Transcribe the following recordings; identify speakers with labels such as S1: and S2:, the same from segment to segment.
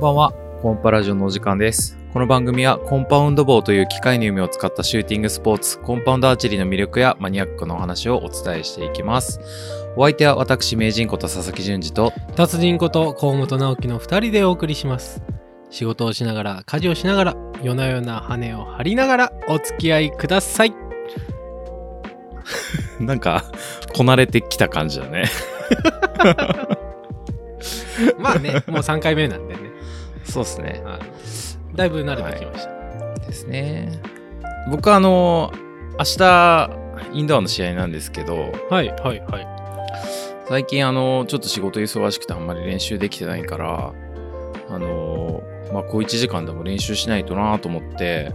S1: ばんはコンパラジオのお時間ですこの番組はコンパウンド棒という機械の弓を使ったシューティングスポーツコンパウンドアーチェリーの魅力やマニアックなお話をお伝えしていきますお相手は私名人こと佐々木淳二と
S2: 達人こと河本直樹の2人でお送りします仕事をしながら家事をしながら夜な夜な羽を張りながらお付き合いください
S1: なんかこなれてきた感じだね
S2: まあ ねもう3回目なんでね
S1: そうですね
S2: あのだいぶ慣れてきました、
S1: ですね僕はあの明日インドアの試合なんですけど
S2: はい、はいはい
S1: 最近あのちょっと仕事忙しくてあんまり練習できてないからあのまあ小1時間でも練習しないとなと思って、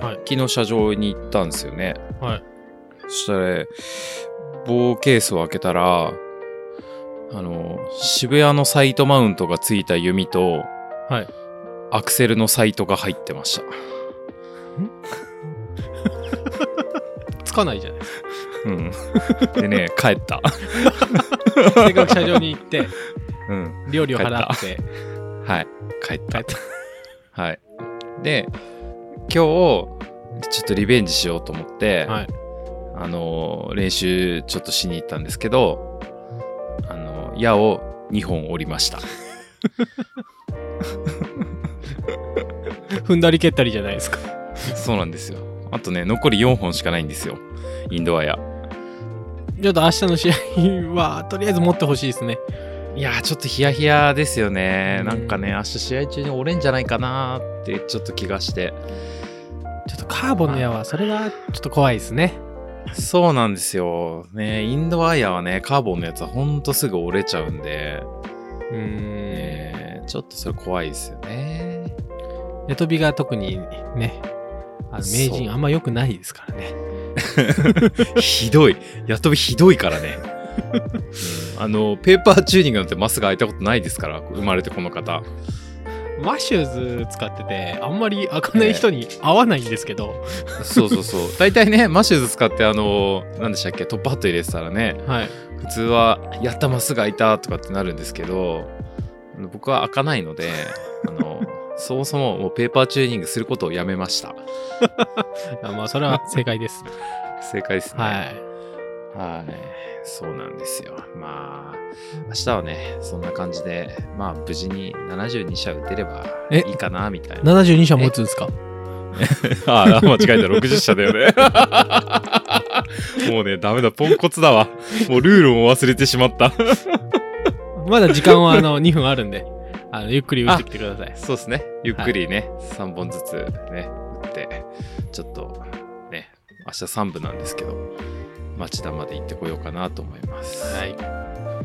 S2: はい
S1: 昨日車上に行ったんですよね
S2: はい
S1: そしたら棒ケースを開けたらあの渋谷のサイトマウントがついた弓と
S2: はい
S1: アクセルのサイトが入ってました
S2: つかないじゃないです
S1: うん、でね帰った、
S2: かせっかく車上に行 って
S1: うん、
S2: 料理を払って
S1: はい帰った
S2: 帰っ
S1: はいで今日ちょっとリベンジしようと思って、
S2: はい
S1: あの練習ちょっとしに行ったんですけどあの矢を2本折りま した
S2: 踏んだり蹴ったりじゃないですか
S1: そうなんですよあとね残り4本しかないんですよインドア矢
S2: ちょっと明日の試合はとりあえず持ってほしいですね
S1: いやーちょっとヒヤヒヤですよね、
S2: うん
S1: なんかね明日試合中に折れんじゃないかなーってちょっと気がして
S2: ちょっとカーボンの矢はそれがちょっと怖いですね
S1: そうなんですよねインドア矢はねカーボンのやつはほんとすぐ折れちゃうんで、
S2: うーん
S1: ねちょっとそれ怖いですよね
S2: ヤトビが特にねあの名
S1: そう
S2: 人あんま良くないですからね
S1: ひどい。やっとびひどいからね。うんあの、ペーパーチューニングなんてマスが開いたことないですから、生まれてこの方。
S2: マッシューズ使っててあんまり開かない人に合わないんですけど、
S1: そうそうそう。大体ね、マシューズ使って、あの、何でしたっけ、トップハット入れてたらね、
S2: はい
S1: 普通は、やった、マスが開いたとかってなるんですけど、僕は開かないので、あの、そもそももうペーパーチューニングすることをやめました。
S2: あまあそれは正解です
S1: 正解ですね。
S2: は
S1: は
S2: い
S1: い。そうなんですよ。まあ、明日はね、そんな感じで、まあ、無事に72射打てれば
S2: え
S1: いいかな、みたいな。
S2: 72社持つんですか
S1: ああ、間違えた、60射だよね。 もうね、ダメだ、ポンコツだわ。もうルールも忘れてしまった。
S2: まだ時間はあの 2分あるんであのゆっく り打ってきてください
S1: そうですね。ゆっくりね、3本ずつね、打って、ちょっとね、明日3部なんですけど、町田まで行ってこようかなと思います。
S2: はい、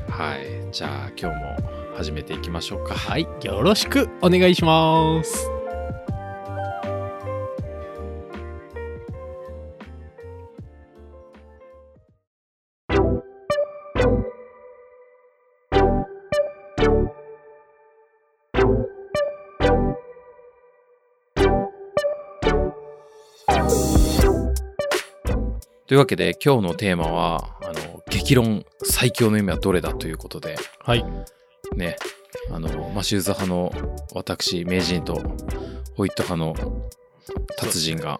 S1: はい。じゃあ、今日も始めていきましょうか。はい。
S2: よろしくお願いします
S1: というわけで今日のテーマはあの激論最強の夢はどれだということで
S2: はい
S1: ねあのマシューズ派の私名人とホイット派の達人が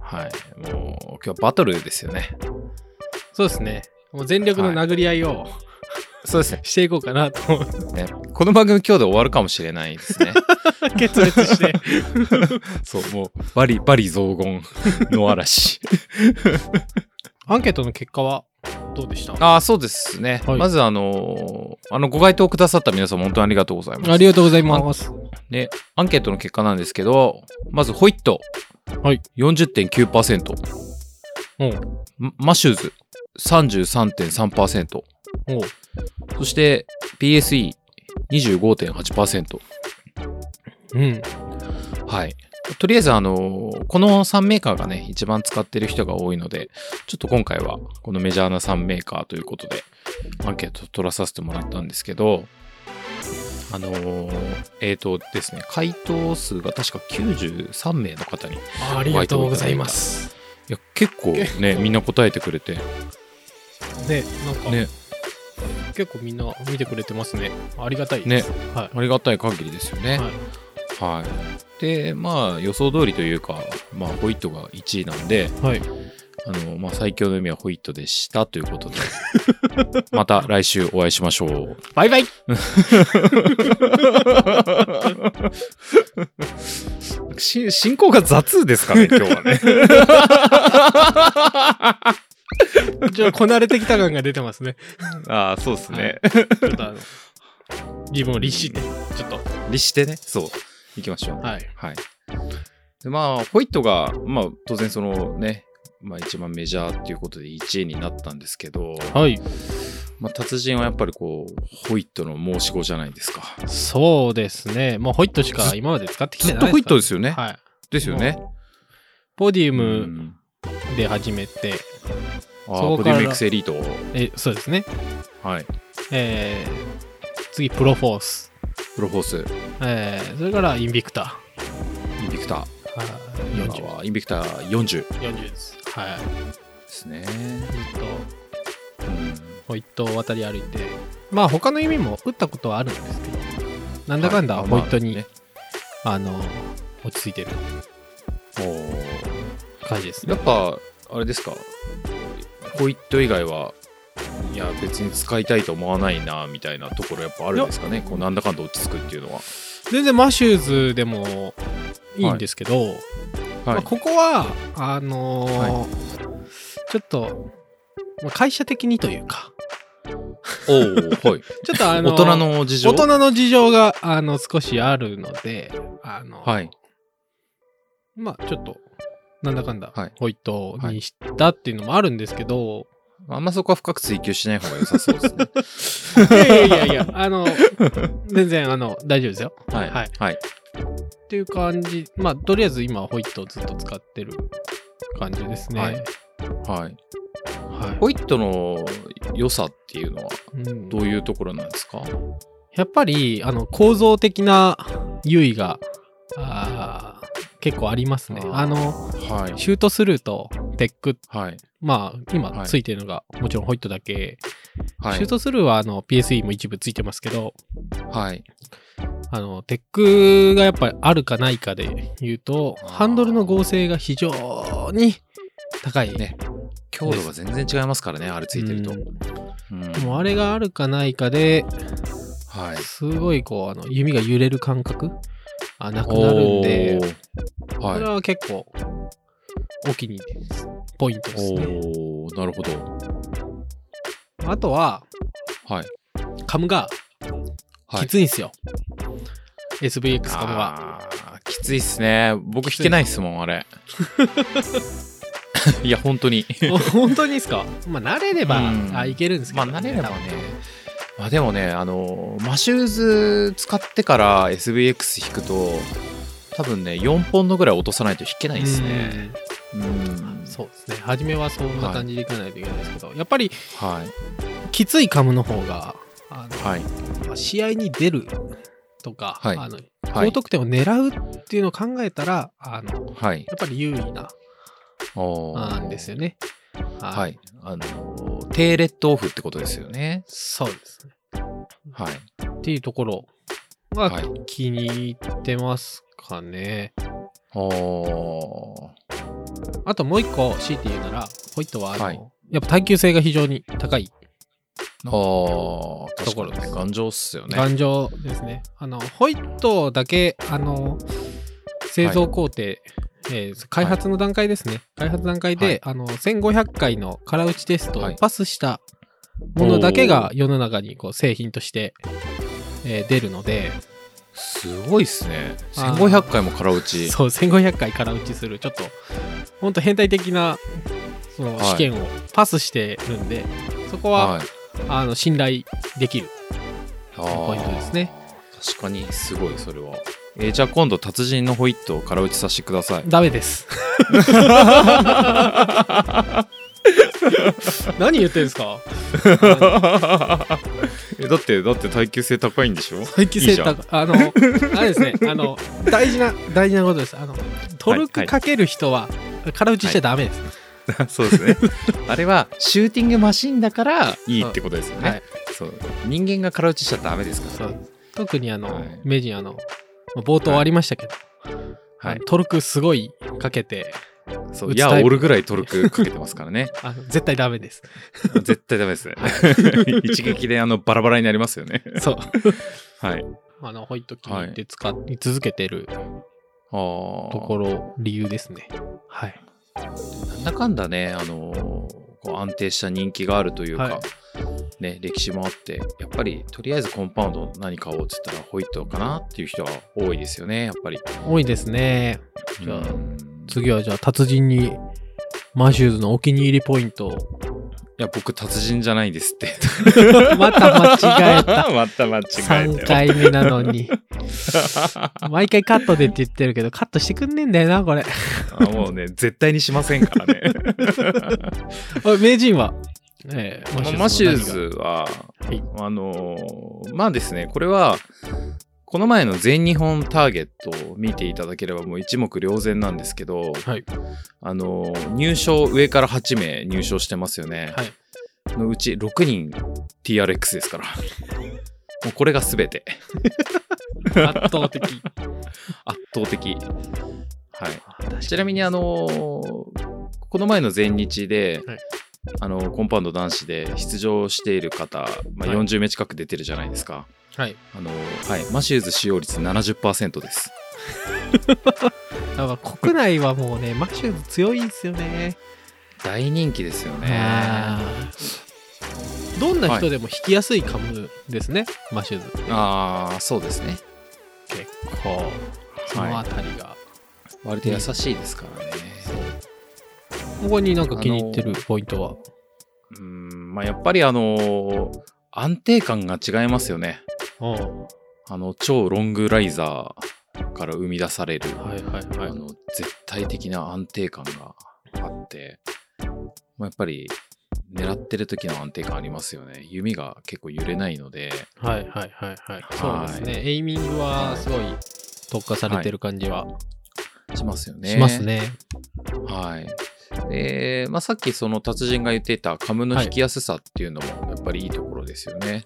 S1: はいもう今日はバトルですよね
S2: そうですねもう全力の殴り合いを
S1: そうですね
S2: していこうかなと思って
S1: ねこの番組今日で終わるかもしれないですね
S2: 決裂 して
S1: そうもうバリバリ雑言の嵐
S2: アンケートの結果はどうでした
S1: ああそうですね、
S2: はい
S1: まずあのあのご回答くださった皆さん本当にありがとうございます
S2: ありがとうございます
S1: ね、アンケートの結果なんですけど、まずホイット。
S2: はい。
S1: 40.9%。
S2: うん
S1: ママシューズ。33.3%。
S2: おう
S1: そして PSE。25.8%。
S2: うん
S1: はい。とりあえず、あのーこの3メーカーがね、一番使ってる人が多いので、ちょっと今回は、このメジャーな3メーカーということで、アンケート取らさせてもらったんですけど、あのーえっ、とですね、回答数が確か93名の方に
S2: ありがとうございます。
S1: いや結構ね
S2: 結構
S1: みんな答えてくれて
S2: ね、なんか、
S1: ね
S2: 結構みんな見てくれてますね。ありがたい
S1: ね
S2: です。は
S1: ありがたい限りですよ
S2: い。
S1: ね。は
S2: はい
S1: い。で、まあ予想通りというか、まあホイットが1位なんで、
S2: はい。
S1: あの、まあ最強の海はホイットでしたということ で、また来週お会いしましょう。
S2: バイバイ
S1: し進行が雑ですかね、今日はね。
S2: ちょっとこなれてきた感が出てますね。
S1: ああ、そうです
S2: ね。ちょっとあの、自分を律して、ちょっと。
S1: 律してね、そう。行きましょう。
S2: はい。
S1: はい。でまあ、ホイットが、まあ、当然そのね、まあ、一番メジャーっていうことで1位になったんですけど、
S2: はい。
S1: まあ、達人はやっぱりこう、ホイットの申し子じゃないですか。
S2: そうですね。もうホイットしか今まで使ってき
S1: ず
S2: て
S1: っ
S2: ない
S1: とホイットですすよね。
S2: から。はい。
S1: ですよね。
S2: ポディ
S1: う
S2: ウム
S1: ん。
S2: で始めて、
S1: ああ、
S2: そこ
S1: ポデ
S2: から
S1: ィウム X エリート。
S2: え、そうですね。
S1: はい。
S2: えー、次、プロフォース。
S1: プロフォース、
S2: えー、それからインビクタ
S1: インビクタ
S2: ー。はい。
S1: ー。
S2: 40
S1: 今。はインビクター40で
S2: 40です。はい。
S1: すね。
S2: ずっ
S1: う
S2: と、
S1: ん
S2: ホイットを渡り歩いて、まあ他の弓も打ったことはあるんですけど、なんだかんだ
S1: はい
S2: ホイット
S1: ま
S2: に
S1: あね、
S2: あの、落ち着いてる
S1: おー
S2: 感じです
S1: や
S2: ね。
S1: っぱあれですかホイット以外はいや別に使いたいと思わないなみたいなところやっぱあるんですかねこうなんだかんだ落ち着くっていうのは、
S2: 全然マシューズでもいいんですけど、ま
S1: は
S2: あ、
S1: い、
S2: ここは、あのーちょっと、まあ会社的にというか、
S1: おおはい
S2: ちょっとあ
S1: 大
S2: の
S1: 人の
S2: ー
S1: 事情
S2: 大人の事情が、あの、少しあるので、あの、
S1: はい
S2: まあ、ちょっと、なんだかんだ
S1: はい、
S2: ホイットにしたっていうのもあるんですけど、
S1: あんまそこは深く追求しない方が良さそうですね
S2: い、やいやいやいや、あの、全然、あの、大丈夫ですよ。
S1: はい
S2: はい
S1: はい
S2: っていう感じ、まあ、とりあえず今、ホイットをずっと使ってる感じですね。
S1: は
S2: はいい。
S1: はいホイットの良さっていうのは
S2: うん
S1: どういうところなんですか
S2: やっぱり、あの、構造的な優位が、あー結構ありますね。
S1: あー
S2: あの、
S1: はい
S2: シュートスルーとテック、
S1: はい
S2: まあ、
S1: は
S2: 今
S1: い
S2: ついてるのが、もちろんホイットだけ、
S1: は
S2: シュー
S1: い
S2: トスルーは、あの、PSE も一部ついてますけど、
S1: はい
S2: あの、テックがやっぱりあるかないかで言うと、
S1: あー
S2: ハンドルの合成が非常に高い。
S1: ね強度が全然違いますからねあれついてると、
S2: う
S1: うん
S2: んもうあれがあるかないかで
S1: はい
S2: すごいこう、あの、弓が揺れる感覚あなくなるんで、
S1: おー
S2: こ
S1: はい
S2: れは結構、大きにポイントですね。
S1: おーなるほど。
S2: あとは、
S1: はい。
S2: カムが
S1: はい、
S2: きついんですよ。SVX カムは。
S1: あーきついっすね。僕弾けないっすもん、あれ。 いや、本当に。
S2: 本当にですかまあ、慣れれば、
S1: うん
S2: あ、いけるんですけ
S1: ま
S2: ど
S1: あ、
S2: ね、
S1: 慣れればね
S2: 多分。
S1: まあ、でもね、あの、マシューズ使ってから SVX 弾くと、多分ね、4ポンドぐらい落とさないと弾けないですね。
S2: うん
S1: うん。
S2: そうですね初めはそんな感じでいかないといけないですけど、やっぱり
S1: はい。
S2: きついカムの方があ
S1: はい。
S2: の、まあ試合に出るとか、
S1: はい
S2: あの
S1: は
S2: 高
S1: い。
S2: 得点を狙うっていうのを考えたら、あのや
S1: はい。
S2: っぱり優位な
S1: おー
S2: あんですよね。はい
S1: はい。あの、低レッドオフってことですよね。
S2: そうですね。
S1: はい。
S2: っていうところが
S1: はい。
S2: 気に入ってますかね。
S1: おー。
S2: あともう一個強いて言うならホイットはあの、
S1: はい
S2: やっぱ耐久性が非常に高い
S1: ああ、
S2: と
S1: 確
S2: こ
S1: か
S2: ろ
S1: に
S2: です
S1: ね頑丈っすよね。
S2: 頑丈ですね。あのホイットだけあの製造工程、えー開発の段階ですね、開発段階で、
S1: はい
S2: あの1500回の空打ちテスト
S1: は
S2: を
S1: い
S2: パスしたものだけが世の中にこう製品として、えー出るので、
S1: すごいっすね。
S2: あー
S1: 1500回も空打ち。
S2: そう1500回空打ちするちょっと本当変態的なその
S1: はい
S2: 試験をパスしてるんで、そこは、
S1: い。
S2: あの信頼できる。
S1: あー
S2: ポイントですね。
S1: 確かに、すごい、それは。えーじゃあ今度、達人のホイットを空打ちさせてください。
S2: ダメです。 何言ってんですか
S1: えだって、だって耐久性高いんでし ょ
S2: 耐久性高あの、あれですね、あの、大事な、大事なことです。あの、トルクかける人は、空打ちしちゃダメです。
S1: そうですね。あれは、シューティングマシンだからいいってことですよね。
S2: はい
S1: そう人間が空打ちしちゃダメですか
S2: そ
S1: ら、
S2: う
S1: ね、
S2: 特にあの、
S1: はい
S2: メディアのまあ冒頭ありましたけど、
S1: はい
S2: トルクすごいかけて
S1: そう
S2: 打つ
S1: いや
S2: タイプ
S1: おるぐらいトルクかけてますからね
S2: あの絶対ダメ です
S1: 絶対ダメ ですね一撃であのバラバラになりますよね
S2: そう
S1: はい
S2: あのホイットキーって使い続けてる
S1: あー
S2: ところ理由ですねはい
S1: なんだかんだね、あのーこう安定した人気があるというか、
S2: は
S1: ね、歴史もあって、やっぱりとりあえずコンパウンド何買おうっつったらホイットかなっていう人は多いですよね、やっぱり。
S2: 多いですねじゃあ
S1: うん
S2: 次はじゃあ達人にマシューズのお気に入りポイントを
S1: いや、僕、達人じゃないですって。
S2: また間違え た
S1: また間違え
S2: 3
S1: たよ。
S2: 回目なのに毎回カットでって言ってるけどカットしてくんねえんだよな これ
S1: あもうね、絶対にしませんから ね。
S2: あ名人は、ええ
S1: まあマシュー
S2: の
S1: ズは、
S2: はい
S1: あのーまあですねこれはこの前の全日本ターゲットを見ていただければもう一目瞭然なんですけど、
S2: はい
S1: あのー入賞上から8名入賞してますよね、
S2: 何がはい
S1: のうち6人 TRX ですから もうこれが全て
S2: 圧倒的
S1: 圧倒的はい
S2: 確かに
S1: ちなみにあのーこの前の前日で、
S2: はい
S1: あのコンパウンド男子で出場している方、まあ、
S2: はい
S1: 40名近く出てるじゃないですか、
S2: はい
S1: あのーはい、マシューズ使用率70%です
S2: だから国内はもうねマシューズ強いんですよね
S1: 大人気ですよね
S2: あーどんな人でも引きやすいカムですね、マシューズって
S1: ああそうですね
S2: 結構そのあたりが、
S1: 割と優しいですからね
S2: ここになんか気に入ってるポイントは
S1: うーんまあやっぱりあのー安定感が違いますよね
S2: おう
S1: あの超ロングライザーから生み出される、
S2: はいはいはい
S1: あの絶対的な安定感があって、まあ、やっぱり狙ってる時の安定感ありますよね弓が結構揺れないので
S2: はいはいはいはいそうですねエイミングはすごい特化されてる感じは
S1: しますよね
S2: しますね、
S1: はいでまあ、さっきその達人が言っていたカムの引きやすさっていうのもやっぱりいいところですよね、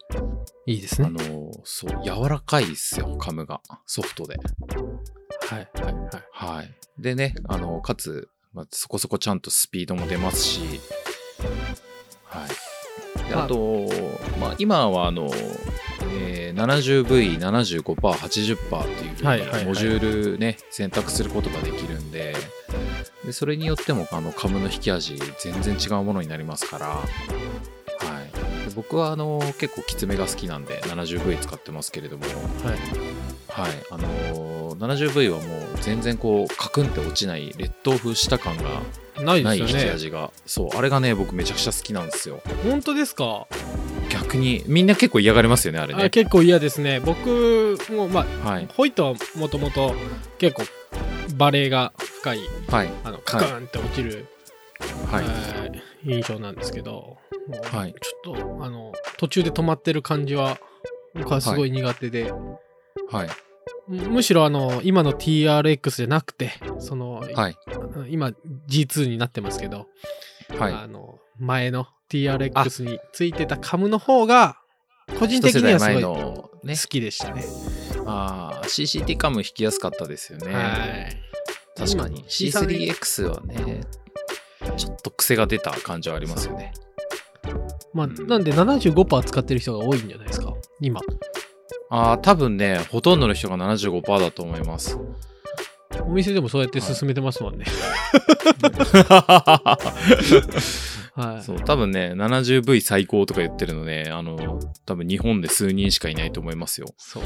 S2: い、いですね
S1: あのそう柔らかいですよカムがソフトで
S2: はいはいはい
S1: はい。でね、あの、かつ、まあ、そこそこちゃんとスピードも出ますし、はい。で
S2: まあ
S1: あと、まあ、今は、あの、えー 70V、75%、80%っていうふうに
S2: はいはいはい
S1: モジュールね、選択することができるんで、でそれによっても、あの、カムの引き味、全然違うものになりますから、はい。で僕は、あの、結構きつめが好きなんで、70V 使ってますけれども、
S2: はい
S1: はい、あのー 70V はもう全然こうカクンって落ちない劣等風した感が
S2: ない
S1: ない引
S2: です
S1: き
S2: よね。
S1: 味が、そうあれがね僕めちゃくちゃ好きなんですよ
S2: 本当ですか、
S1: 逆にみんな結構嫌がりますよねあれ
S2: あ
S1: ね
S2: 結構嫌ですね。僕も、まあ、
S1: はい
S2: ホイットはもともと結構バレーが深い、
S1: はい
S2: あのカーンって落ちる、
S1: はい
S2: えー印象なんですけど、もう
S1: はい
S2: ちょっとあの途中で止まってる感じは僕はすごい苦手で、
S1: はい
S2: むむしろあの今の TRX じゃなくて、その、
S1: はい
S2: 今 G2 になってますけど、
S1: はい
S2: あの前の TRX についてたカムの方が個人的には
S1: 一世
S2: す
S1: 代前
S2: ごい
S1: のね
S2: 好きでしたね。
S1: あー CCT カム引きやすかったですよね、
S2: はい。
S1: 確かに
S2: 今
S1: C3X はねちょっと癖が出た感じはありますよね
S2: まあ、
S1: うん
S2: なんで75%使ってる人が多いんじゃないですか、今。
S1: ああ多分ねほとんどの人が75%だと思います
S2: お店でもそうやって進めてますもんね。はい。
S1: そう多分ね 70V 最高とか言ってるのであの多分日本で数人しかいないと思いますよ
S2: そう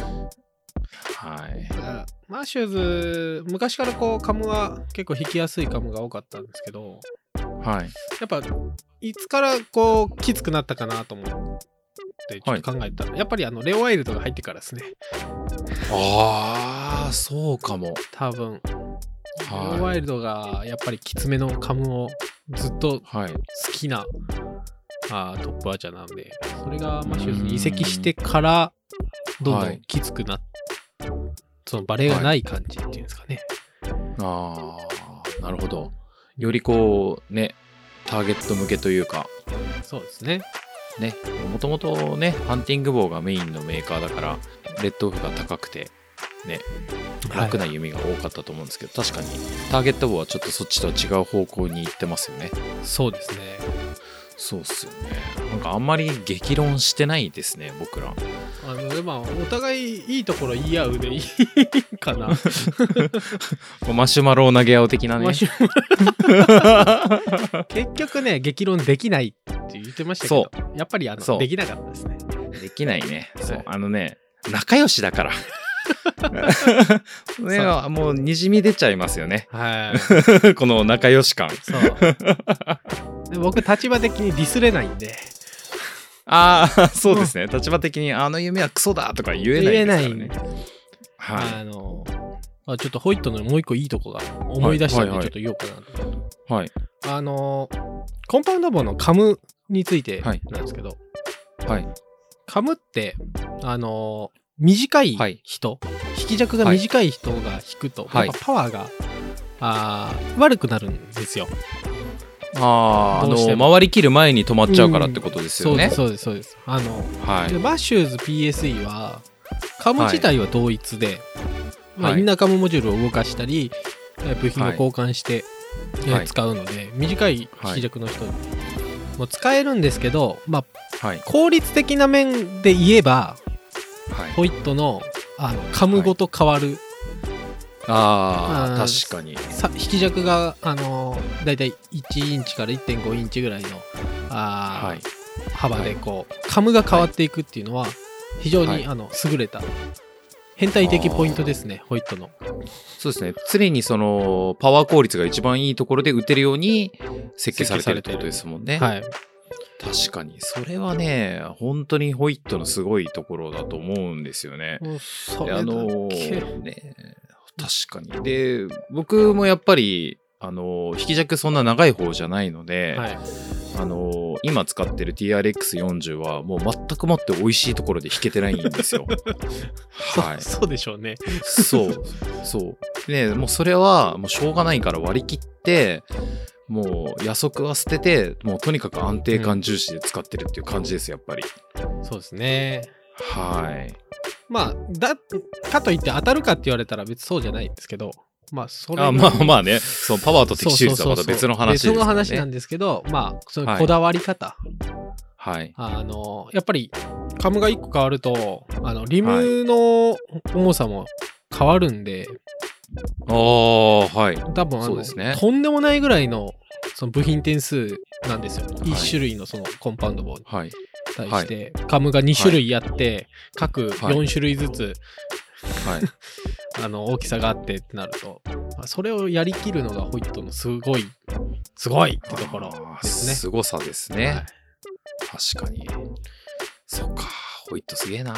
S1: はい
S2: だからマーシューズ、昔からこう、カムは結構引きやすいカムが多かったんですけど、
S1: はい
S2: やっぱ、いつからこう、きつくなったかなと思って、ちょっと考えたら、やっぱりあの、レオワイルドが入ってからですね。
S1: ああそうかも
S2: 多分、
S1: はい
S2: レオワイルドがやっぱりきつめのカムをずっと
S1: はい
S2: 好きなあートップアーチャーなんでそれがマシューズに移籍してからどんど
S1: は
S2: ん
S1: い
S2: きつくなっ、そのバレーがない感じっていうんですかね、
S1: ああなるほどよりこうねターゲット向けというか
S2: そうですね
S1: ね、もともとね、ハンティング棒がメインのメーカーだから、レッドオフが高くて、ね、楽な弓が多かったと思うんですけど、確かにターゲット棒はちょっとそっちとは違う方向に行ってますよね。
S2: そうですね
S1: そうっすよね。なんかあんまり激論してないですね、僕ら。
S2: あのまあお互いいいところ言い合うでいいか な
S1: マシュマロを投げ合う的なね
S2: 面。白い結局ね激論できないって言ってましたけどやっぱりあ
S1: そ
S2: の
S1: う
S2: できなかったですね
S1: できないね。そ
S2: は
S1: う
S2: い。
S1: あのね、仲良しだ から。ね、
S2: そ
S1: もうにじみ出ちゃいますよ ね。
S2: はい
S1: この仲良し感。
S2: そうで僕立場的にディスれないんで
S1: あ あ、そうですね。立場的に、あの夢はクソだとか言えないですからね。
S2: 言
S1: は
S2: あのあちょっとホイットのもう一個いいとこが思い出したんで
S1: はいは
S2: ち
S1: い
S2: ょっと言おうかなと、
S1: い。はい。
S2: あのコンパウンド棒のカムについてな
S1: は
S2: ん
S1: い
S2: ですけど、
S1: はい。
S2: カムってあの短
S1: はいい
S2: 人、引き尺が短い人が引くと、
S1: はい
S2: やっぱパワーがあー悪くなるんですよ。
S1: ああ、あ
S2: どうしても
S1: の、回りきる前に止まっちゃうからってことです
S2: そ
S1: よ
S2: うで
S1: ね
S2: す。そうですそうです。あの、
S1: は
S2: で
S1: い。
S2: バッシューズ PSE はカム
S1: はい
S2: 自体は同一で、まあ、
S1: はい
S2: インナーカムモジュールを動かしたり、えー部品を
S1: はい
S2: 交換して、えー
S1: はい
S2: 使うので短い引き尺の人も使えるんですけど、まあ、
S1: はい。
S2: 効率的な面で言えば
S1: はい。
S2: ホイットのあのカムごと変わる、
S1: あ
S2: あ
S1: あ、
S2: ー
S1: 確かに。
S2: さ引き尺が、あのー、だいたい1インチから1.5インチぐらいのあー、
S1: はい。
S2: 幅でこう、カムが変わっていくっていうのは非常に、
S1: はい
S2: あの優れた変態的ポイントですねホイットの
S1: そうですね。常にその、パワー効率が一番いいところで打てるように設計されてるってことですもんね。
S2: はい
S1: 確かに。それはね、本当にホイットのすごいところだと思うんですよね。
S2: もうそ
S1: であ
S2: れだ
S1: の
S2: け
S1: ーね、確かに。で、僕もやっぱり、あのー引き尺そんな長い方じゃないので、
S2: はい
S1: あのー今使ってる TRX40 はもう全くもって美味しいところで弾けてないんです よ。はい。
S2: そそうでしょうね
S1: そう、そう。でね、もうそれはもうしょうがないから割り切って、もう夜速は捨てて、もうとにかく安定感重視で使ってるっていう感じです、やっぱり。
S2: そうですね
S1: はい。
S2: まあだかといって当たるかって言われたら別にそうじゃないんですけどまあそれ
S1: あまあまあね、そうパワーと
S2: そ
S1: 適
S2: うそ
S1: 中
S2: う
S1: 率
S2: そ
S1: は
S2: う
S1: ま
S2: そう
S1: た別の話です
S2: 別
S1: か
S2: の
S1: らね
S2: 話なんですけどまあその
S1: はい
S2: こだわり方、
S1: はい。
S2: あのやっぱりカムが1個変わるとあのリムの重さも変わるんで、
S1: ああ、はい。
S2: 多分あ
S1: そう
S2: の、
S1: ですね
S2: とんでもないぐらいのその部品点数なんですよ、
S1: い
S2: 1種類のそのコンパウンド棒に
S1: はい。
S2: 対して、カムが2種類あって、各4種類ずつ
S1: はい。
S2: あの大きさがあってってなるとまあそれをやりきるのがホイットのすごいすごいってところですね。
S1: すごさですね。
S2: はい
S1: 確かに。そっか。ホイットすげえな。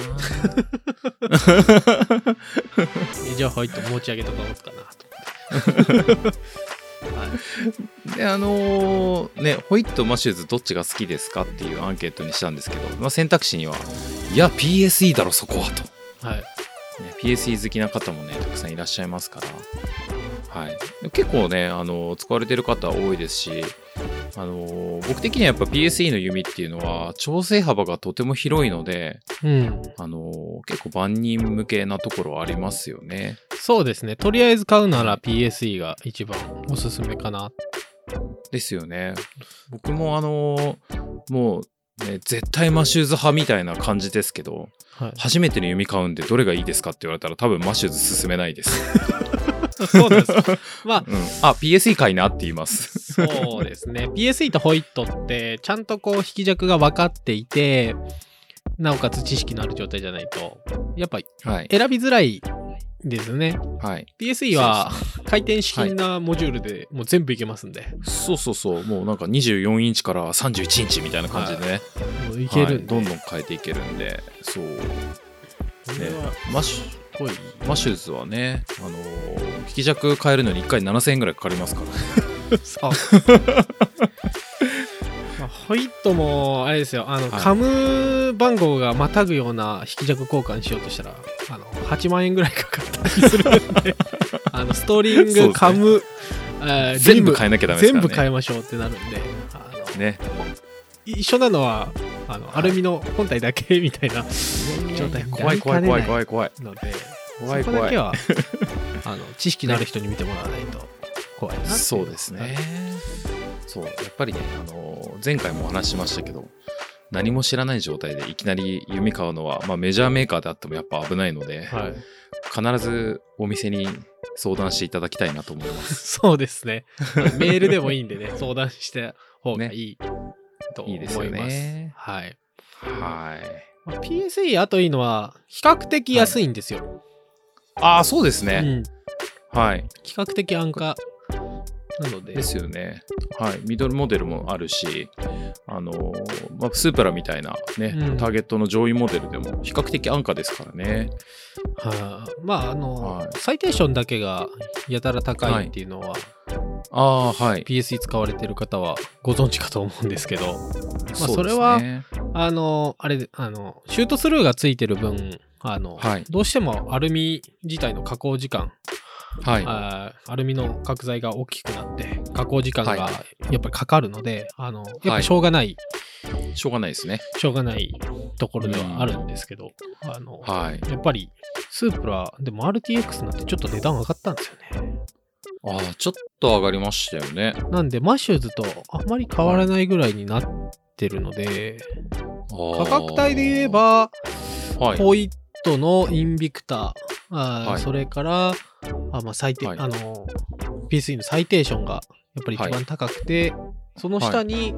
S2: じゃあホイット持ち上げとかおつかなと思って。はい
S1: で、あのーね、ホイット、マシューズどっちが好きですかっていうアンケートにしたんですけど、まあ、選択肢には、いや、PSE だろ、そこはと、
S2: はい、
S1: ね。PSE 好きな方もね、たくさんいらっしゃいますから。はい、で結構ね、あのー使われてる方多いですし、あのー僕的にはやっぱ PSE の弓っていうのは調整幅がとても広いので、
S2: うん、
S1: あのー結構万人向けなところありますよね。
S2: そうですねとりあえず買うなら PSE が一番おすすめかな
S1: ですよね。僕もあのーもう、ね、絶対マシューズ派みたいな感じですけど、
S2: はい、
S1: 初めての弓買うんでどれがいいですかって言われたら多分マシューズ勧めないです。
S2: そうです まあ
S1: うん、あ、PSE 買いなって言います。
S2: そうですね PSE とホイットってちゃんとこう引き弱が分かっていてなおかつ知識のある状態じゃないとやっぱ
S1: はい。
S2: 選びづらいですよね
S1: はい。
S2: PSE は回転資金なモジュールでもう全部いけますんで、
S1: そうそうそう。もうなんか24インチから31インチみたいな感じでね。
S2: もういけ
S1: は
S2: る
S1: い
S2: んで、
S1: どんどん変えていけるんで。そう。ね
S2: これは
S1: マシュ
S2: 濃い
S1: マシューズはね、あのー引き弱変えるのに1回7000円ぐらいかかりますからね。
S2: そう。 まあ、ホイットもあれですよあの、
S1: はい
S2: カム番号がまたぐような引き弱交換しようとしたらあの8万円ぐらいかかったりするん であのストーリン
S1: そうです
S2: グ、
S1: ね
S2: カム、えーリム
S1: 全部変えなきゃダメですから
S2: 全
S1: ね。
S2: 部変えましょうってなるんであの
S1: ね。
S2: 一緒なのはあのアルミの本体だけみたいな状態
S1: 怖い怖い怖い怖い怖い。
S2: ので
S1: 怖い
S2: そこ
S1: 怖
S2: だけ
S1: い。
S2: はあの知識のある人に見てもらわないと怖いな
S1: そうですね。そう、やっぱりね、あの、前回もお話ししましたけど、何も知らない状態でいきなり弓買うのは、まあメジャーメーカーであってもやっぱ危ないので、
S2: はい、
S1: 必ずお店に相談していただきたいなと思います。
S2: そうで すねメールでもいいんでね相談した方がいいと思
S1: い
S2: い
S1: い
S2: ま
S1: ですすよね
S2: はい
S1: はい。
S2: まあ PSE あといいのは比較的安いんですよ、
S1: ああ、そうですね。
S2: うん、
S1: はい。
S2: 比較的安価なので
S1: ですよね。はい。ミドルモデルもあるし、あのまあ、スープラみたいなね、
S2: うん
S1: ターゲットの上位モデルでも比較的安価ですからね。
S2: はあ、まああの、
S1: はい
S2: サイテーションだけがやたら高いっていうのは、
S1: ああ、はい。
S2: PSE 使われてる方はご存知かと思うんですけど
S1: うです
S2: それは
S1: ね
S2: あのあれであのシュートスルーがついてる分あの、
S1: はい
S2: どうしてもアルミ自体の加工時間、
S1: はい。
S2: あーアルミの角材が大きくなって加工時間が
S1: は
S2: やっぱりかかるので、あのやっ
S1: は
S2: ぱ
S1: い
S2: しょうがない、
S1: しょうがないですね。
S2: しょうがないところではあるんですけど、あの
S1: はい。
S2: やっぱりスープラでも RTX になってちょっと値段上がったんですよね。
S1: ああ、ちょっと上がりましたよね。
S2: なんで、マシューズとあまり変わらないぐらいになってるので、価
S1: 価
S2: 格帯で言え、ば、
S1: はい。
S2: ポイットのインビクター、あー
S1: はい
S2: それから、あまあ、最低、
S1: はい
S2: あの、PSE のサイテーションがやっぱり一番高くて、その下に、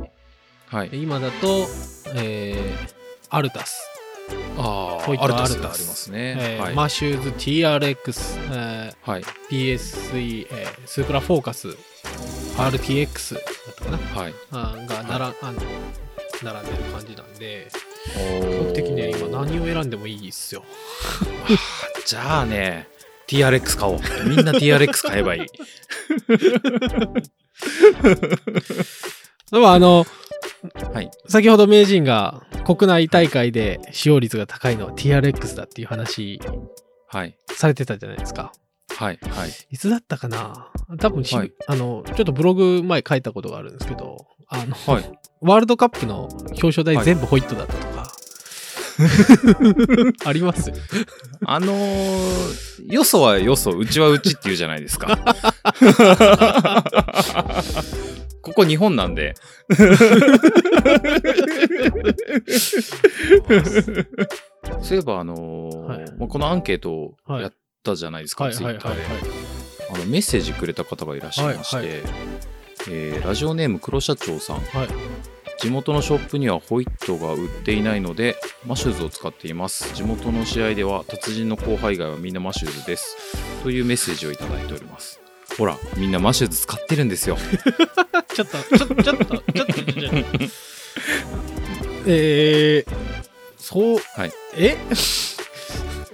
S1: はい。
S2: 今だと、えーアルタス、
S1: あ
S2: ポイン
S1: あ、
S2: ト
S1: アル
S2: は
S1: タスが
S2: アルタ
S1: あ
S2: ス
S1: りますね。
S2: えー
S1: はい。
S2: マシューズ TRX、えー
S1: はい。
S2: PSE、えースープラフォーカス、RTX だったかな。
S1: はい。
S2: あーがなら、あの並んでる感じなんで
S1: お
S2: 比
S1: ー
S2: 較的ね今何を選んでもいいっすよ
S1: じゃあね、TRX 買おう。みんな TRX 買えばいい。
S2: でもあの
S1: はい。
S2: 先ほど名人が国内大会で使用率が高いのは TRX だっていう話
S1: はい。
S2: されてたじゃないですか
S1: はい。はい。
S2: いつだったかな多分し、
S1: はい
S2: あのちょっとブログ前書いたことがあるんですけどあの
S1: はい。
S2: ワールドカップの表彰台
S1: はい
S2: 全部ホイットだったとか、ありますよ
S1: あのー、よそはよそ、うちはうちって言うじゃないですか。ここ日本なんで。そういえば、あのー
S2: はい
S1: まあこのアンケートをやったじゃないですか、
S2: はい
S1: ツイ
S2: はい
S1: ッタ
S2: はいは
S1: ー
S2: い
S1: で。あのメッセージくれた方がいらっしゃいまして、
S2: はいは
S1: えーラジオネーム黒社長さん、
S2: はい
S1: 地元のショップにはホイットが売っていないのでマシューズを使っています地元の試合では達人の後輩以外はみんなマシューズですというメッセージをいただいておりますほらみんなマシューズ使ってるんですよ
S2: ちょっと、ちょっと、ちょっと、ちょっと、ちょっと。えー、そう、
S1: はい
S2: え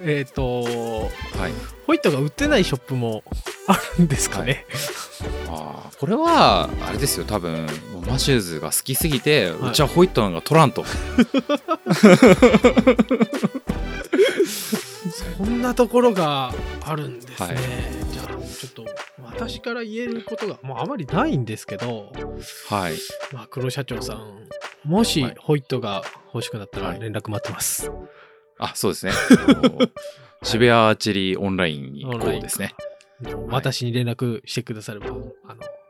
S2: えっと、
S1: はい
S2: ホイットが売ってないショップもあるんですかね。
S1: あーこれはあれですよ多分もうマシューズが好きすぎて、
S2: はいう
S1: ちはホイットなんか取らんと
S2: そんなところがあるんですね。
S1: はい
S2: じゃあ、ちょっと、私から言えることが、もうあまりないんですけど、
S1: はい
S2: まあ、黒社長さん、もし
S1: はい
S2: ホイットが欲しくなったら
S1: はい
S2: 連絡待ってます。
S1: あそうですねあの 渋谷アーチェリーオンラインに行こうですね
S2: もう私に連絡してくだされば、あの、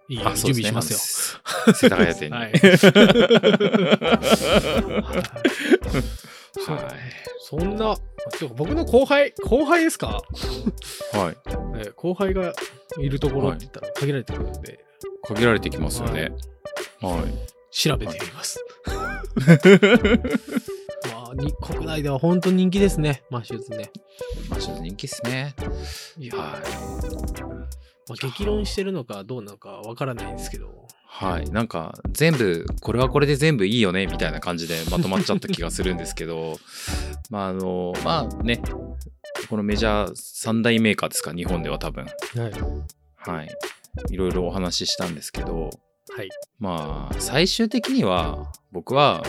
S2: いいように準備しますよ。
S1: よ。 世田谷店に。
S2: は
S1: はいい。
S2: そうそんな、てか僕の後輩、後輩ですか、
S1: はい。
S2: ね後輩がいるところって言ったら限られてくるんで、
S1: 限られてきますよね。はい。
S2: 調べてみます。まあ、に国内では本当に人気ですね、マッシューズね。
S1: マシューズ人気っすね。
S2: いや、ま
S1: はい。
S2: あ、激論してるのかどうなのかわからないんですけど。
S1: はい。なんか、全部、これはこれで全部いいよね、みたいな感じでまとまっちゃった気がするんですけ ど、まあ、あの、まあね、このメジャー三大メーカーですか、日本では多分。
S2: はい。
S1: はい。いろいろお話ししたんですけど、
S2: はい。
S1: まあ、最終的には、僕は、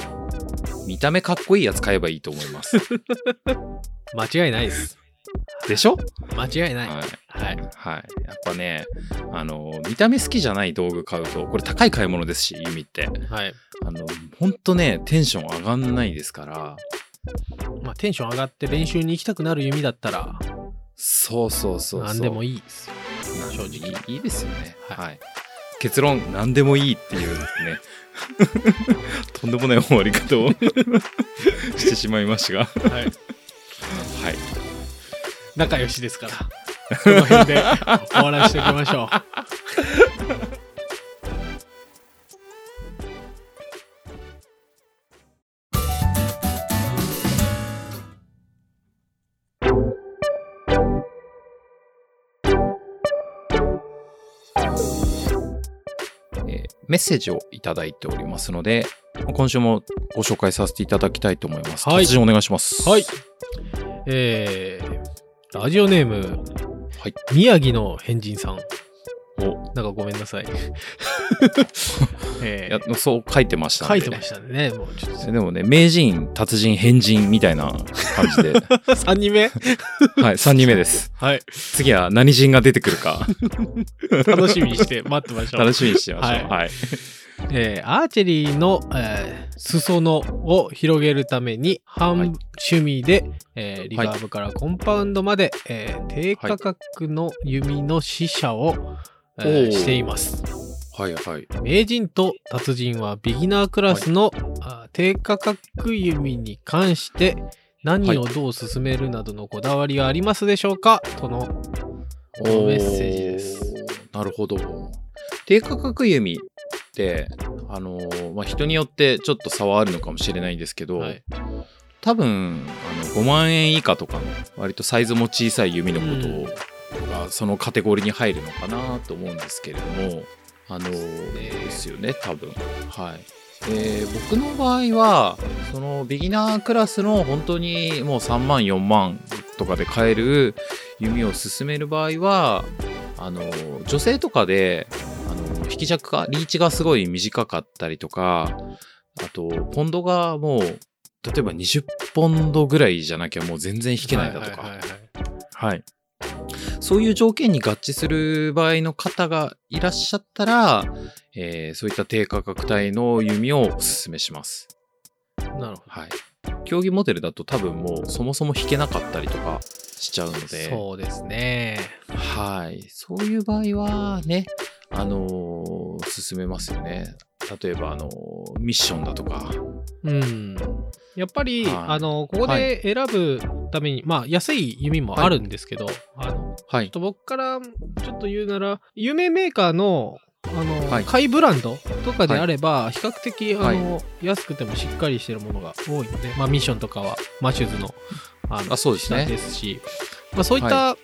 S1: 見た目かっこいいやつ買えばいいと思います。
S2: 間違いないです。
S1: でしょ
S2: 間違いない。
S1: はい。
S2: はい。
S1: はい。やっぱね、あの、見た目好きじゃない道具買うと、これ高い買い物ですし、弓って。
S2: はい。
S1: あの、ほんとね、テンション上がんないですから、
S2: まあ、テンション上がって練習に行きたくなる弓だったら、
S1: そうそうそうそう。
S2: 何でも
S1: いい。
S2: い いですよ。正直。
S1: いいですよね。
S2: は
S1: はいい。結論、何でもいいっていうね、 とんでもない終わり方を してしまいましたが、は
S2: はい。
S1: い。
S2: 仲良しですから。この辺で終わらせておきましょう。
S1: えーメッセージをいただいておりますので、今週もご紹介させていただきたいと思います。
S2: はい
S1: 突然お願いします。
S2: はい。えー、ラジオネーム、
S1: はい
S2: 宮城の変人さん。
S1: お
S2: なんかごめん なさい。え
S1: い
S2: ー
S1: やそう書いてましたん
S2: 書
S1: で、
S2: い
S1: ね。
S2: てましたね。もうちょっと。
S1: でもね、名人、達人、変人みたいな感じ で、は
S2: 3人
S1: い、
S2: 目
S1: 3人目です。
S2: はい。
S1: 次は何人が出てくるか、
S2: 楽しみにして待ってましょ う。
S1: 楽しみにしてましょう。
S2: はい
S1: はい。
S2: えーアーチェリーの、えー裾野を広げるために半
S1: はい
S2: 趣味で、えーリバーブからコンパウンドまで、えー低価格の弓の試射を、え
S1: お
S2: ー
S1: ー
S2: しています
S1: はいはい。
S2: 名人と達人はビギナークラスの、あー低価格弓に関して何をどう進めるなどのこだわりはありますでしょうか、との
S1: お
S2: メッセージです。
S1: なるほど。低価格弓って、あのーまあ、人によってちょっと差はあるのかもしれないんですけど、
S2: はい
S1: 多分あの5万円以下とかの割とサイズも小さい弓のことを、がそのカテゴリーに入るのかなと思うんですけれどもあのですよね多分はい。えー僕の場合はそのビギナークラスの本当にもう3万4万とかで買える弓を進める場合はあの女性とかであの引き尺がリーチがすごい短かったりとかあとポンドがもう例えば20ポンドぐらいじゃなきゃもう全然引けないだとか、
S2: はいはいはいはい
S1: はい。そういう条件に合致する場合の方がいらっしゃったら、えーそういった低価格帯の弓をお勧めします。
S2: なるほど
S1: はい。競技モデルだと多分もうそもそも引けなかったりとかしちゃうので、
S2: そうですね
S1: はい。そういう場合はね、あのー勧めますよね。例えば、あのーミッションだとか。
S2: うん、やっぱり、
S1: はい
S2: あのここで選ぶために、まあ安い弓もあるんですけど、あのちょ
S1: はい
S2: っ。と僕からちょっと言うなら有名メーカーのあの、
S1: はい
S2: 買いブランドとかであれば、比較的あ
S1: はい
S2: の、安くてもしっかりしてるものが多いので、まあ、ミッションとかはマシューズのあの
S1: あそうですね
S2: 下ですし、まあ、そういった、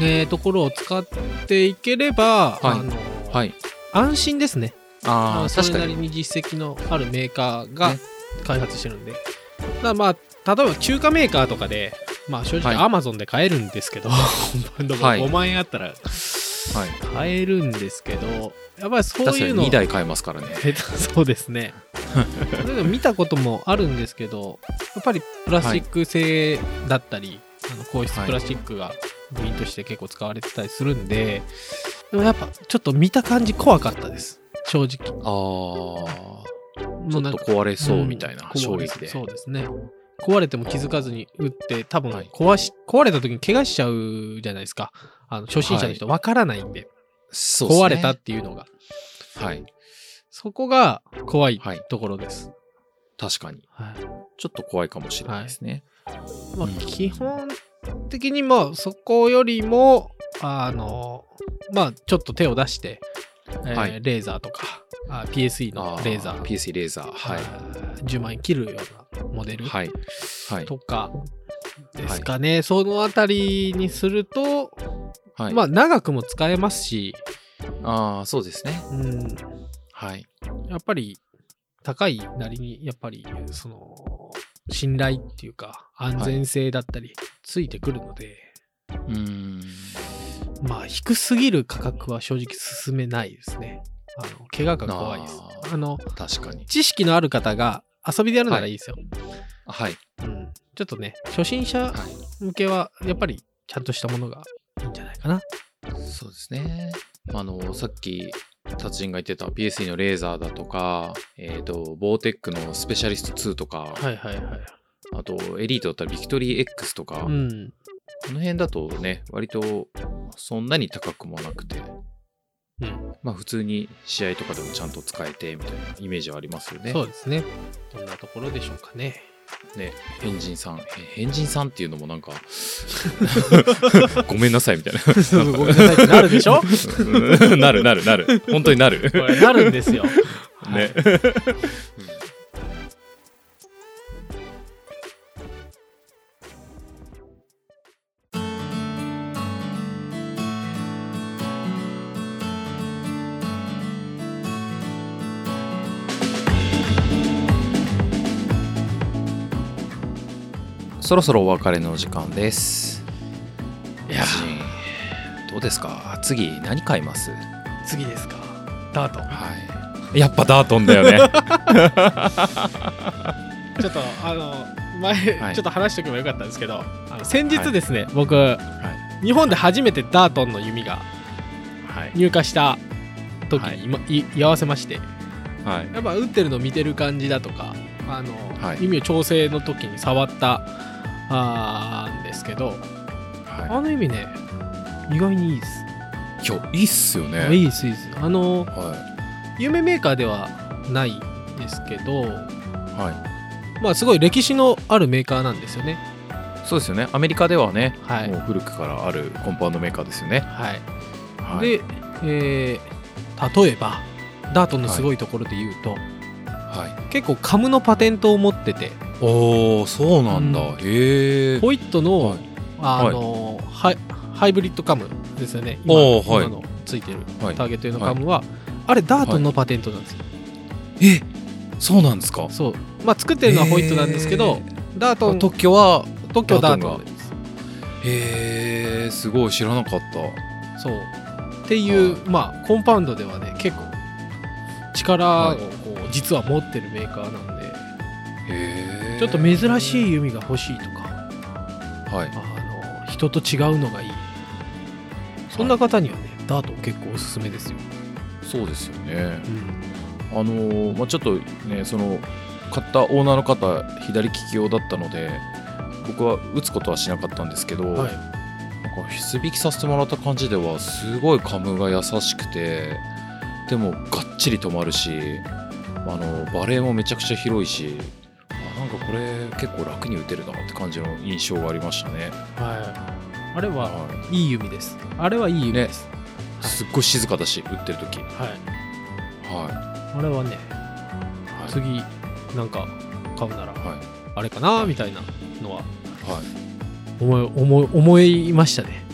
S2: えーところを使っていければ、
S1: はい
S2: あの
S1: はい。
S2: 安心ですね
S1: あ
S2: まあ
S1: あ、
S2: それ
S1: 確か
S2: なり
S1: に。
S2: に実績のあるメーカーが
S1: ね
S2: 開発してるんで、だからまあ例えば中華メーカーとかでまあ正直
S1: は
S2: アマゾンで買えるんです けど、バンドも
S1: はい
S2: 5万円あったら
S1: はい。
S2: 買えるんですけどやっぱりそう
S1: 確か
S2: いう
S1: に
S2: の
S1: 2台買えますからね。
S2: 下手そうで すねそういうの見たこともあるんですけどやっぱりプラスチック製だったり、あの硬質
S1: はい
S2: プラスチックが部品として結構使われてたりするんででもやっぱちょっと見た感じ怖かったです正直
S1: ああ。ちょ
S2: もう
S1: っ
S2: なん
S1: と
S2: か
S1: 壊れそうみたいな、
S2: うん
S1: 衝撃
S2: 壊れ
S1: で。
S2: そうですね壊れても気づかずに打って多分
S1: はい
S2: 壊し、壊れた時に怪我しちゃうじゃないですかあの初心者の人わからないんで、
S1: そうっすね
S2: 壊れたっていうのが
S1: はい。
S2: そこが怖い
S1: はい
S2: ところです、
S1: 確かに。
S2: はい
S1: ちょっと怖いかもしれないですね。
S2: まあ
S1: うん
S2: 基本的にまあそこよりもあのまあちょっと手を出して、えー
S1: はい
S2: レーザーとかあ PSE
S1: あ
S2: のレーザー
S1: PSE レーザー。はい。
S2: あー10万円切るようなモデル、
S1: はい。はい。
S2: とかですかね、そのあたりにすると、
S1: はい、
S2: まあ長くも使えますし、
S1: ああ、そうですね。
S2: うん、
S1: はい。
S2: やっぱり高いなりにやっぱりその信頼っていうか安全性だったりついてくるので、
S1: うーん。
S2: まあ低すぎる価格は正直進めないですねあの怪我が怖いです
S1: あー
S2: あの
S1: 確かに。
S2: 知識のある方が遊びでやるならいいですよ、
S1: はい。
S2: うん、ちょっとね初心者
S1: はい。
S2: 向けはやっぱりちゃんとしたものがいいんじゃないかなかな。
S1: そうですね。あの、さっき、達人が言ってた PSE のレーザーだとか、えっ、と、ボーテックのスペシャリスト2とか、
S2: はいはいはい。
S1: あと、エリートだったらビクトリー X とか、
S2: うん。
S1: この辺だとね、割とそんなに高くもなくて、
S2: うん。
S1: まあ普通に試合とかでもちゃんと使えてみたいなイメージはありますよね。
S2: そうですね。どんなところでしょうかね。
S1: ね、変人さん。へ変人さんっていうのも なんか、ごめんなさいみたいな。
S2: そうごめんなさいってなるでしょ
S1: うんなるなるなる。本当になる。
S2: これなるんです よ。
S1: ね。そろそろお別れの時間です。
S2: いやー
S1: 達人どうですか次何買います
S2: 次ですか。ダート
S1: はい。やっぱダートンだ よね。
S2: ン。ちょっとあの前、
S1: はい
S2: ちょっと話しておけばよかったんですけど、あの先日ですね、僕、日本で初めてダートンの弓が
S1: はい。
S2: 入荷した時
S1: はい
S2: に、今い居合わせまして、
S1: はい。
S2: やっぱ打ってるの見てる感じだとかあの、
S1: はい
S2: 弓を調整の時に触ったあーんですけど、あ
S1: は
S2: の意味ね意外にいいです、
S1: い。今日いいっすよね。
S2: いいですいいですあの
S1: は
S2: 有名メーカーではないですけど
S1: い。は
S2: まあすごい歴史のあるメーカーなんですよね
S1: い。そうですよね。アメリカではね、
S2: はい
S1: もう古くからあるコンパウンドメーカーですよね。
S2: はい、
S1: はい。
S2: で、えー例えばダートンのすごいところで言うと、
S1: はい。
S2: 結構カムのパテントを持ってて
S1: おお、そうなんだ。
S2: う
S1: へえ。
S2: ホイットの、
S1: はい
S2: あのハイハイブリッドカムですよね
S1: おーはい
S2: 今のついてる
S1: はい
S2: ターゲット用のカムは、あれダートンのパテントなんですよ、
S1: え、そうなんですか。
S2: そうまあ作ってるのはホイットなんですけど、ダートン特
S1: 特許は。
S2: 許ダ
S1: ダ
S2: ー
S1: ー
S2: ト
S1: ト
S2: ン
S1: ン
S2: です
S1: へえ、すごい知らなかった。
S2: そうっていう、
S1: は
S2: まあコンパウンドではね結構力をこう実は持ってるメーカーなんで、
S1: へえ。
S2: ちょっと珍
S1: い。
S2: しい弓が欲しいとか
S1: はい。
S2: あの人と違うのがいいそんな方にはね、ダートン結構おすすめですよ、
S1: そうですよね。あのーまあ、ちょっとねその買ったオーナーの方左利き用だったので僕は打つことはしなかったんですけど、
S2: はい
S1: なんか出引きさせてもらった感じではすごいカムが優しくてでもがっちり止まるしあのバレーもめちゃくちゃ広いしあなんかこれ結構楽に打てるなって感じの印象がありましたね。
S2: はい、あれは
S1: はい
S2: い弓です。あれはいい弓です。
S1: い、すっごい静かだし打ってる時、はい
S2: はい、
S1: は
S2: あれはね、
S1: い
S2: 次なんか買うなら
S1: はい
S2: あれかなみたいなのは
S1: はい、
S2: 思い思い思いましたね。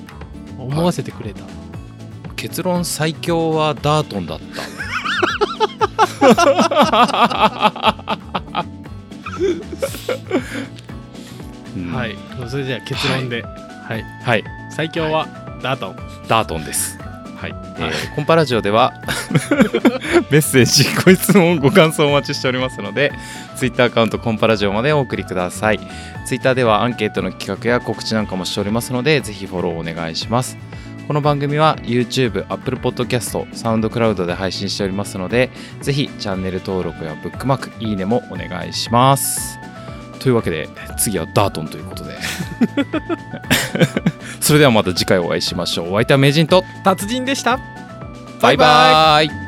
S2: 思わせてくれた。
S1: 結論最強はダートンだった。 うん
S2: はい、それじゃあ結論で、はい、
S1: はい、
S2: 最強はダートン。
S1: ダートンです。はい、え
S2: はい
S1: ーコンパラジオでは メッセージ、ご質問、ご感想をお待ちしておりますので、ツイッターアカウントコンパラジオまでお送りください。ツイッターではアンケートの企画や告知なんかもしておりますので、ぜひフォローお願いします。この番組は YouTube、Apple Podcast、SoundCloud で配信しておりますので、ぜひチャンネル登録やブックマーク、いいねもお願いします。というわけで、次はダートンということで。それではまた次回お会いしましょう。お相手は名人と、
S2: 達人でした。
S1: バイバーイ